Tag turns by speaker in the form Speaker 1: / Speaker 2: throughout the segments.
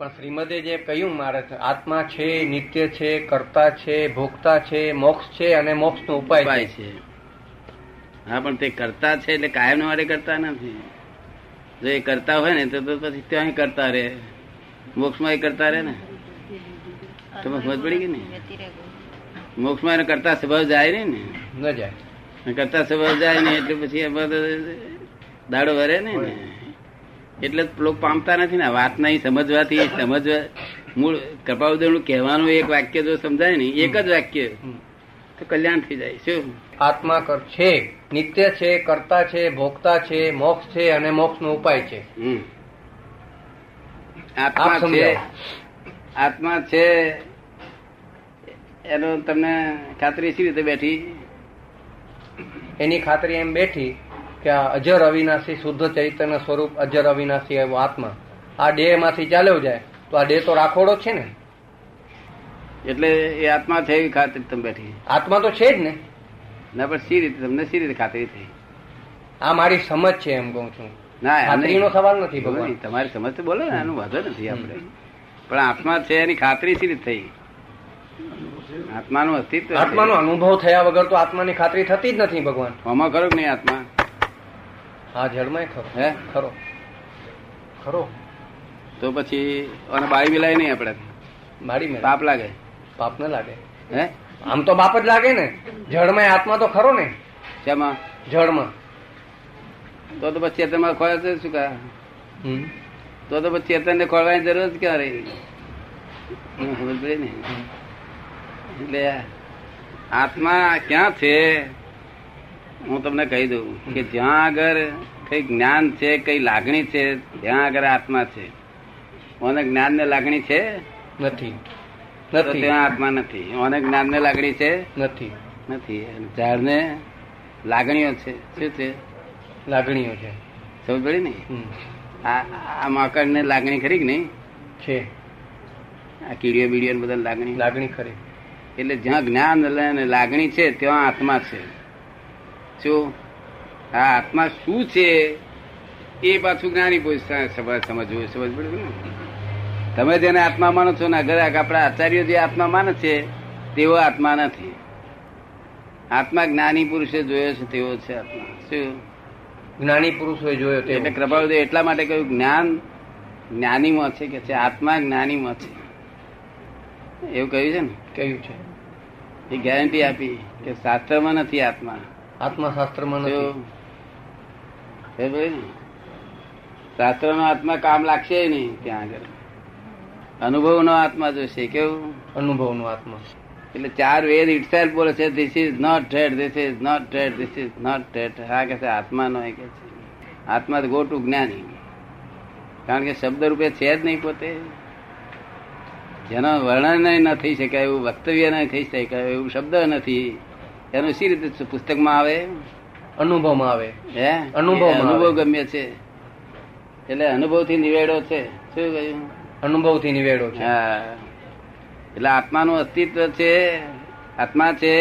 Speaker 1: પણ શ્રીમદે જે કહ્યું મારે છે, આત્મા છે નિત્ય છે કર્તા છે ભોગતા છે મોક્ષ છે અને મોક્ષનો ઉપાય
Speaker 2: ઉપાય છે હા પણ તે કરતા છે એટલે કાયમ વારે કરતા નથી જો એ કરતા હોય ને તો તો પછી ત્યાં કરતા રહે મોક્ષમાં એ કરતા રહે ને તમે સમજ પડી ગઈ ને મોક્ષમાં એનો કરતા સ્વભાવ જાય નહીં ને
Speaker 1: છે ન જાય
Speaker 2: અને કરતા સ્વભાવ જાય નહીં એટલે પછી એમાં તો દાડો વરે નહીં ને એટલે જ લોકો પામતા નથી ને વાત નહીં સમજવાથી સમજવા મૂળ કપાવદળનું કહેવાનું એક વાક્ય જો સમજાય ને એક જ વાક્ય
Speaker 1: હમ.
Speaker 2: તો કલ્યાણ થઈ જાય શું
Speaker 1: આત્મા કર છે નિત્ય છે કર્તા છે ભોગતા છે મોક્ષ છે અને મોક્ષનો ઉપાય છે
Speaker 2: હમ.
Speaker 1: આપ
Speaker 2: આત્મા છે
Speaker 1: સમજાવો.
Speaker 2: આત્મા છે એનો તમને ખાતરી શી રીતે બેઠી
Speaker 1: એની ખાતરી એમ બેઠી કે આ અજર અવિનાશી શુદ્ધ ચૈતન્ય સ્વરૂપ અજર અવિનાશી એવો આત્મા આ દેહ માંથી ચાલ્યો જાય તો આ દેહ તો રાખોડો જ છે ને
Speaker 2: એટલે એ આત્મા છે એવી ખાતરી તમે બેઠી
Speaker 1: આત્મા તો છે જ ને
Speaker 2: ના પણ શી રીતે તમને શી રીતે ખાતરી થઈ
Speaker 1: આ મારી સમજ છે એમ કહું છું
Speaker 2: ના એમ
Speaker 1: ખાતરીનો
Speaker 2: નહીં.
Speaker 1: સવાલ નથી ભગવાન.
Speaker 2: નહીં, તમારી સમજ તો બોલો ને આનું વાંધો નથી આપણે પણ આત્મા છે એની ખાતરી શી રીતે થઈ આત્માનું અસ્તિત્વ છે.
Speaker 1: આત્માનો અનુભવ થયા વગર તો આત્માની ખાતરી થતી જ નથી ભગવાન
Speaker 2: આમાં ખરો કે નહીં આત્મા
Speaker 1: હા જળમાં ખરો
Speaker 2: હે
Speaker 1: ખરો ખરો
Speaker 2: તો પછી અને બાળી મિલાય નહીં આપણે
Speaker 1: મારી મેં
Speaker 2: પાપ લાગે
Speaker 1: પાપ ન લાગે
Speaker 2: હે
Speaker 1: આમ તો બાપ જ લાગે ને જળમાં આત્મા તો ખરો ને
Speaker 2: શેમાં
Speaker 1: જળમાં
Speaker 2: તો તો પછી ચેતનમાં ખોળે છે શું કા
Speaker 1: હમ.
Speaker 2: તો તો પછી ચેતનને ખોળવાની જરૂર જ ક્યાં રહી હમ, ખબર પડી ને એટલે આત્મા ક્યાં છે હું તમને કહી દઉં કે જ્યાં આગળ કઈ જ્ઞાન છે કઈ લાગણી છે ત્યાં આગળ આત્મા છે ઓને જ્ઞાન ને લાગણી છે
Speaker 1: નથી
Speaker 2: તો
Speaker 1: નથી
Speaker 2: ત્યાં આત્મા નથી ઓને જ્ઞાન ને લાગણી છે
Speaker 1: નથી
Speaker 2: નથી ઝાડને લાગણીઓ છે શું છે
Speaker 1: લાગણીઓ છે
Speaker 2: સમજ પડી ને
Speaker 1: હમ.
Speaker 2: આ આ માકડને લાગણી ખરી કે નહીં
Speaker 1: છે
Speaker 2: આ કીડીઓ બીડીઓ બધા લાગણી
Speaker 1: લાગણી ખરી
Speaker 2: એટલે જ્યાં જ્ઞાન અને લાગણી છે ત્યાં આત્મા છે શું આ આત્મા શું છે એ પાછું જ્ઞાની પોઝિશન સમજવું સમજ પડે ને તમે જેને આત્મા માનો છો ને અગર આપણા આચાર્યો જે આત્મા માને છે તેઓ આત્મા નથી આત્મા જ્ઞાની પુરુષે જોયો છે તેવો છે આત્મા શું
Speaker 1: જ્ઞાની પુરુષોએ જોયો
Speaker 2: એટલે
Speaker 1: તે
Speaker 2: કૃપાળુદેવ એટલા માટે કહ્યું જ્ઞાન જ્ઞાનીમાં છે કે છે આત્મા જ્ઞાનીમાં છે એવું કહ્યું છે ને
Speaker 1: કહ્યું છે
Speaker 2: એ ગેરંટી આપી કે શાસ્ત્રમાં નથી આત્મા
Speaker 1: આત્માશાસ્ત્રમાં
Speaker 2: જો-
Speaker 1: નથી
Speaker 2: એ ભાઈ ને, શાસ્ત્રનો આત્મા કામ લાગશે નહીં ત્યાં આગળ અનુભવનો આત્મા જોશે કેવું
Speaker 1: અનુભવનો આત્મા
Speaker 2: એટલે ચાર વેદ ઇટસેલ્ફ બોલે છે this is not dead this is not dead this is not dead હા કે છે આત્માનો એ કે છે આત્મા ગો ટુ જ્ઞાની કારણ કે શબ્દ રૂપે છે જ નહીં પોતે જેનો વર્ણન ન થઈ શકાય એવું વક્તવ્ય ન થઈ શકાય એવું શબ્દ નથી એનું શી રીતે પુસ્તકમાં આવે
Speaker 1: અનુભવમાં આવે
Speaker 2: હે
Speaker 1: અનુભવમાં
Speaker 2: એ અનુભવ
Speaker 1: આવે.
Speaker 2: ગમ્ય છે એટલે અનુભવથી નિવેડો છે શું કહ્યું
Speaker 1: અનુભવથી નિવેડો છે
Speaker 2: હા. એટલે આત્માનું અસ્તિત્વ છે આત્મા છે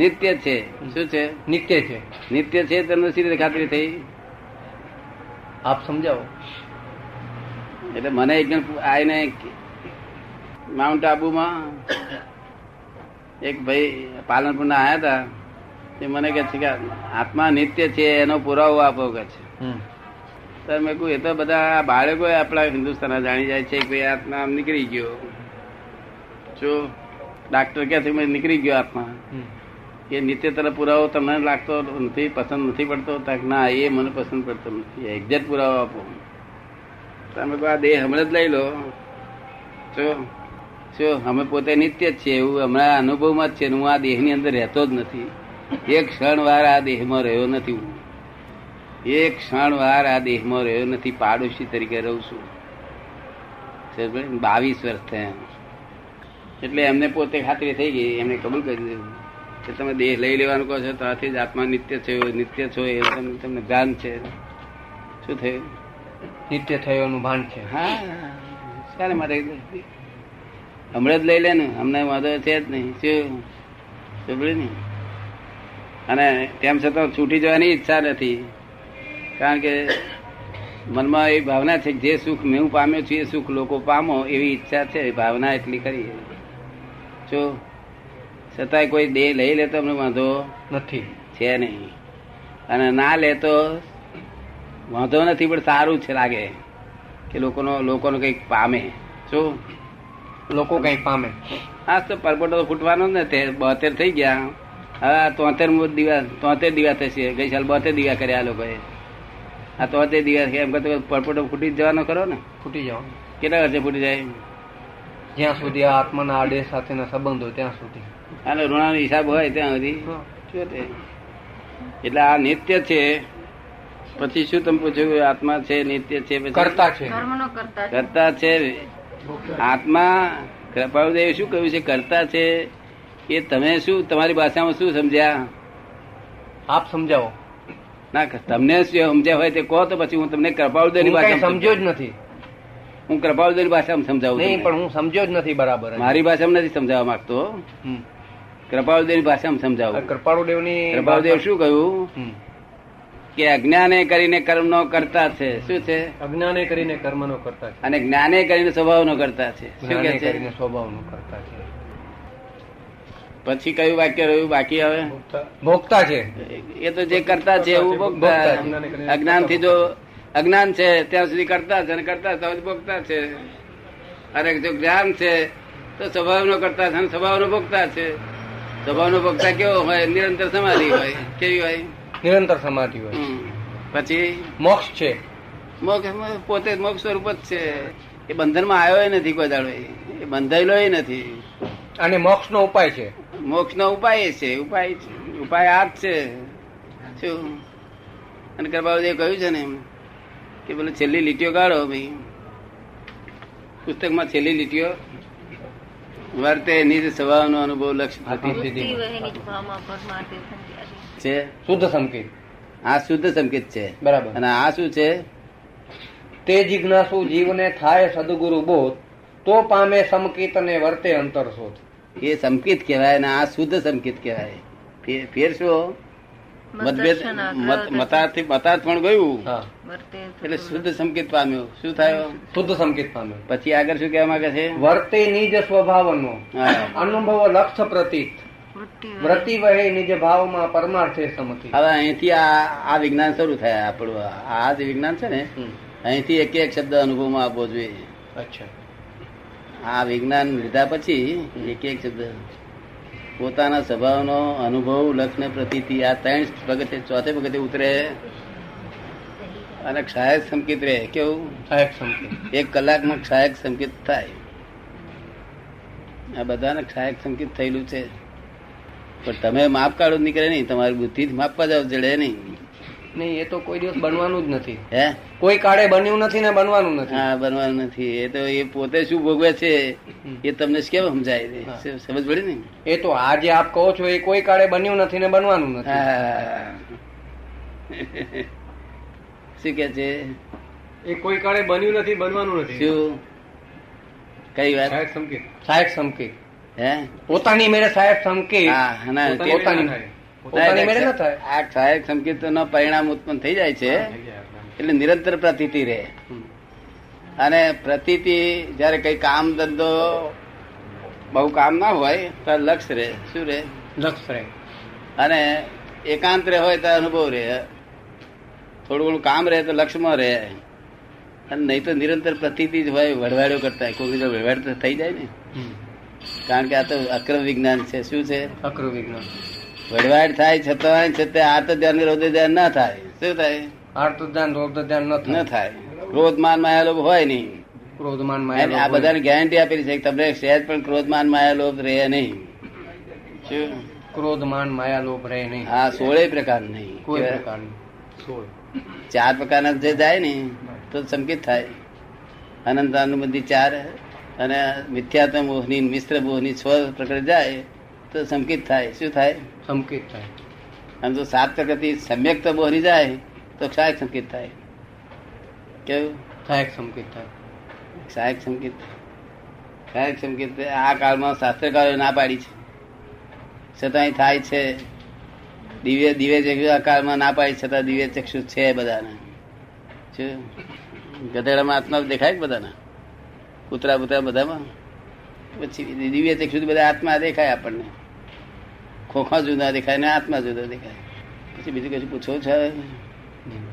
Speaker 2: નિત્ય છે શું છે
Speaker 1: નિત્ય છે
Speaker 2: નિત્ય છે તમને શી રીતે ખાતરી થઈ
Speaker 1: આપ સમજાવો
Speaker 2: એટલે મને એક જણ આવીને માઉન્ટ આબુમાં એક ભાઈ પાલનપુરના આવ્યા હતા તે મને કહે છે કે આત્મા નિત્ય છે એનો પુરાવો આપો કે છે
Speaker 1: હમ.
Speaker 2: તો મેં કહ્યું એ તો બધા બાળકો આપણા હિન્દુસ્તાનના જાણી જાય છે કે ભાઈ આત્મા આમ નીકળી ગયો જો ડાક્ટર કહે છે "મેં નીકળી ગયો આત્મા
Speaker 1: હમ.
Speaker 2: એ નિત્ય તરફ પુરાવો તમને લાગતો નથી પસંદ નથી પડતો તાક ના એ મને પસંદ પડતો નથી એક્ઝેક્ટ પુરાવો આપો તમે કહો આ દેહ હમણાં જ લઈ લો જો જો અમે પોતે નિત્ય જ છીએ એવું હમણાં અનુભવમાં જ છે ને હું આ દેહની અંદર રહેતો જ નથી એક ક્ષણ વાર આ દેહમાં રહ્યો નથી હું એક ક્ષણ વાર આ દેહમાં રહ્યો નથી પાડોશી તરીકે રહું છું સમજ પડી? બાવીસ વર્ષ થયા એટલે એમને પોતે ખાતરી થઈ ગઈ એમને કબૂલ કરી દીધું કે તમે દેહ લઈ લેવાનું કહો છો ત્યાંથી જ આત્મા નિત્ય છે નિત્ય છો એ તમને તમને જ્ઞાન છે શું થયું
Speaker 1: નિત્ય થયો એનું ભાન છે
Speaker 2: હા શાના માટે હમણાં જ લઈ લે ને અમને વાંધો છે જ નહીં શું સાંભળ્યું ને અને તેમ છતાં છૂટી જવાની ઈચ્છા નથી કારણ કે મનમાં એ ભાવના છે કે જે સુખ હું પામ્યો છું એ સુખ લોકો પામો એવી ઈચ્છા છે ભાવના એટલી કરી જો છતાંય કોઈ દેહ લઈ લે તો અમને વાંધો
Speaker 1: નથી
Speaker 2: છે નહીં અને ના લે તો વાંધો નથી પણ સારું છે લાગે કે લોકોનો લોકોનો કંઈક પામે શું
Speaker 1: લોકો કંઈક પામે
Speaker 2: આ તો પરપોટો ફૂટવાનો જ ને તે બોતેર થઈ ગયા હવે આ તોતેર દીવા તોતેર દીવા થશે ગઈ સાલ બોતેર દીવા કર્યા આ લોકોએ આ તોતેર દીવા છે એમ કરતો પરપોટો ફૂટી જ જવાનો ખરો ને
Speaker 1: ફૂટી જાઓ
Speaker 2: કેટલા વર્ષે ફૂટી જાય
Speaker 1: જ્યાં સુધી આ આત્માના આડે સાથેના સંબંધો ત્યાં સુધી
Speaker 2: આનો ઋણાનો હિસાબ હોય ત્યાં સુધી શું તે? એટલે આ નિત્ય છે પછી શું તમે પૂછ્યું આત્મા છે નિત્ય છે પછી
Speaker 1: કરતા છે
Speaker 3: કર્મનો કરતા છે
Speaker 2: કરતા છે આત્મા કૃપાળુદેવ શું કહ્યું છે કરતા છે એ તમે શું તમારી ભાષામાં શું સમજ્યા
Speaker 1: આપ સમજાવો
Speaker 2: ના તમને શું સમજ્યા હોય તે કહો તો પછી હું તમને કૃપાળુદેવની
Speaker 1: હું કાંઈ
Speaker 2: ભાષામાં
Speaker 1: સમજ્યો જ નથી
Speaker 2: હું કૃપાળુદેવની ભાષામાં સમજાવું
Speaker 1: નહીં
Speaker 2: તમને.
Speaker 1: પણ હું સમજ્યો જ નથી બરાબર
Speaker 2: મારી ભાષામાં નથી સમજાવવા માંગતો
Speaker 1: હમ.
Speaker 2: કૃપાળુદેવની ભાષામાં
Speaker 1: આ
Speaker 2: સમજાવું
Speaker 1: કૃપાળુદેવની
Speaker 2: કૃપાળુદેવ શું કહ્યું
Speaker 1: હમ.
Speaker 2: કે અજ્ઞાને કરીને કર્મનો કરતા છે શું છે
Speaker 1: અજ્ઞાને કરીને કર્મનો કરતા છે
Speaker 2: અને જ્ઞાને કરીને સ્વભાવનો કરતા છે શું
Speaker 1: જ્ઞાને
Speaker 2: કે છે
Speaker 1: કરીને સ્વભાવનો કરતા છે
Speaker 2: પછી કયું વાક્ય રહ્યું બાકી આવે
Speaker 1: ભોગતા છે
Speaker 2: એ તો જે કરતા છે એવું ભોગતા અજ્ઞાન થી જો અજ્ઞાન છે ત્યાં સુધી કરતા છે અને કરતા છે ત્યાં સુધી ભોગતા છે અને જો જ્ઞાન છે તો સ્વભાવનો કરતા છે અને સ્વભાવનો ભોગતા છે સ્વભાવનો ભોગતા કેવો હોય નિરંતર સમાધિ હોય કેવી હોય
Speaker 1: નિરંતર સમાધિ હોય
Speaker 2: હમ. પછી
Speaker 1: મોક્ષ છે
Speaker 2: મોક્ષ પોતે જ મોક્ષ સ્વરૂપ જ છે એ બંધનમાં આવ્યો નથી કોઈ દાડો એ બંધાયેલો નથી
Speaker 1: અને મોક્ષનો ઉપાય છે
Speaker 2: મોક્ષનો ઉપાય એ છે ઉપાય છે. ઉપાય આ જ છે શું અને કૃપાવદેવ કહ્યું છે ને એમ કે બોલે છેલ્લી લીટીઓ કાઢો ભાઈ પુસ્તકમાં છેલ્લી લીટીઓ વર્તે નિજ સ્વભાવનો અનુભવ લક્ષ પ્રતિ
Speaker 3: વૃત્તિ વહેલી જ ભાવમાં ભરમાં
Speaker 2: છે
Speaker 3: તે સંધ્યા
Speaker 1: શુદ્ધ સંકેત
Speaker 2: આ શુદ્ધ સંકેત છે
Speaker 1: બરાબર
Speaker 2: અને આ શું છે
Speaker 1: તે જિજ્ઞાસુ જીવને થાય સદગુરુ બોધ તો પામે સમકિત અને વર્તે અંતર શોધ
Speaker 2: એ સંકેત કહેવાય અને આ શુદ્ધ સંકેત કહેવાય ફે- ફેર શું મતભેદ
Speaker 3: મતદર્શન
Speaker 2: મત-
Speaker 3: આગ્રહ
Speaker 2: મતાર્થી મતાર્થ પણ ગયું
Speaker 1: હા
Speaker 3: વર્તે
Speaker 2: એટલે શુદ્ધ સંકેત પામ્યો શું થયો
Speaker 1: શુદ્ધ સંકેત પામે
Speaker 2: પછી આગળ શું કહેવા માંગે છે
Speaker 1: વર્તે નિજ સ્વભાવનો
Speaker 2: હા.
Speaker 1: અનુભવ લક્ષ પ્રતીત
Speaker 3: વૃત્તિ
Speaker 1: વ્રતિ વહે નિજ ભાવમાં પરમાર્થે સમકિત
Speaker 2: હવે અહીંથી આ આ વિજ્ઞાન શરૂ થાય આપણું આ જે વિજ્ઞાન છે ને
Speaker 1: હમ.
Speaker 2: અહીંથી એક એક શબ્દ અનુભવમાં આપવો જોઈએ
Speaker 1: અચ્છા
Speaker 2: આ વિજ્ઞાન લીધા પછી એક એક શબ્દ પોતાના સ્વભાવનો અનુભવ લક્ષણ પ્રતિ આ ત્રણ પગથે ચોથે પગથે ઉતરે અને ક્ષાયક સંકેત રહે કેવું
Speaker 1: સહાયક સંકેત
Speaker 2: એક કલાકમાં ક્ષાયક સંકેત થાય આ બધાને ક્ષાયક સંકેત થયેલું છે પણ તમે માપ કાઢો નીકળે નહીં તમારી બુદ્ધિ જ માપવા જાવ જડે નહીં
Speaker 1: નહીં એ તો કોઈ દિવસ બનવાનું જ નથી
Speaker 2: હે
Speaker 1: કોઈ કાળે બન્યું નથી ને બનવાનું નથી
Speaker 2: હા બનવાનું નથી એ તો એ પોતે શું ભોગવે છે એ તમને કેમ સમજાય છે?
Speaker 1: હા.
Speaker 2: સ- સમજ પડી ને
Speaker 1: એ તો આ જે આપ કહો છો એ કોઈ કાળે બન્યું નથી ને બનવાનું નથી
Speaker 2: હા. શું કે છે
Speaker 1: એ કોઈ કાળે બન્યું નથી બનવાનું નથી
Speaker 2: શું કઈ વાત
Speaker 1: સહાયક સંકેત સહાયક સંકેત
Speaker 2: હે
Speaker 1: પોતાની મેળે સહાયક સંકેત
Speaker 2: હા ના તે-
Speaker 1: પોતાની પોતાની મેળે ન થાય
Speaker 2: આ ક્ષાયક સંકેતનો પરિણામ ઉત્પન્ન થઈ જાય છે એટલે નિરંતર પ્રતીતિ રહે
Speaker 1: હમ.
Speaker 2: અને પ્રતીતિ જ્યારે કઈ કામ ધંધો બહુ કામ ના હોય તો લક્ષ રહે શું રહે
Speaker 1: લક્ષ રહે
Speaker 2: અને એકાંત રહે હોય તો અનુભવ રહે થોડું ઘણું કામ રહે તો લક્ષમાં રહે અને નહીં તો નિરંતર પ્રતીતિ જ હોય વડવાડ્યો કરતા હોય. કોઈ બીજો વડવાડ તો થઈ જાય ને
Speaker 1: હમ.
Speaker 2: કારણ કે આ તો અક્રમ વિજ્ઞાન છે શું છે
Speaker 1: અક્રુ વિજ્ઞાન
Speaker 2: વડવાડ થાય છતાં છતાં આ તો ધ્યાન રોજે ધ્યાન ના થાય શું થાય
Speaker 1: આર્ત ધ્યાન રોગ ધ્યાન ન
Speaker 2: ન
Speaker 1: થાય
Speaker 2: થાય ક્રોધમાન માયાલોભ હોય નહીં
Speaker 1: ક્રોધમાન
Speaker 2: અને આ
Speaker 1: માયા
Speaker 2: બધાને ગેરંટી આપેલી છે કે તમને સહેજ પણ ક્રોધમાન માયાલોભ રહે નહીં શું?
Speaker 1: ક્રોધમાન માયા લોભ રહે નહીં
Speaker 2: આ સોળે પ્રકાર નહીં
Speaker 1: કોઈ
Speaker 2: કેવા?
Speaker 1: પ્રકારની
Speaker 2: ચાર પ્રકારના જે જાય ને તો સંકેત થાય અનંત અનુબંધી ચાર અને મિથ્યાત્મ મોહની મિશ્ર મોહની છ પ્રકાર જાય તો સંકેત થાય શું થાય
Speaker 1: સંકેત થાય
Speaker 2: અને જો સાત પ્રકૃતિ સમ્યક મોહની જાય તો ક્ષાયક સંકેત થાય કેવું
Speaker 1: સહાયક સંકેત થાય
Speaker 2: સહાયક સંકેત સહાયક સંકેત આ કાળમાં શાસ્ત્રકારો ના પાડી છે છતાંય થાય છે દિવ્ય દિવ્ય ચક્ષુ આ કાળમાં ના પાડી છતાં દિવ્ય ચક્ષુ છે બધાને શું? ગધેડામાં આત્મા દેખાય છે બધાને કૂતરા બૂતરા બધામાં પછી દિવ્ય ચક્ષુ બધા આત્મા દેખાય આપણને ખોખા જુદા દેખાય ને આત્મા જુદા દેખાય પછી બીજું કશું પૂછો છે
Speaker 1: હમ.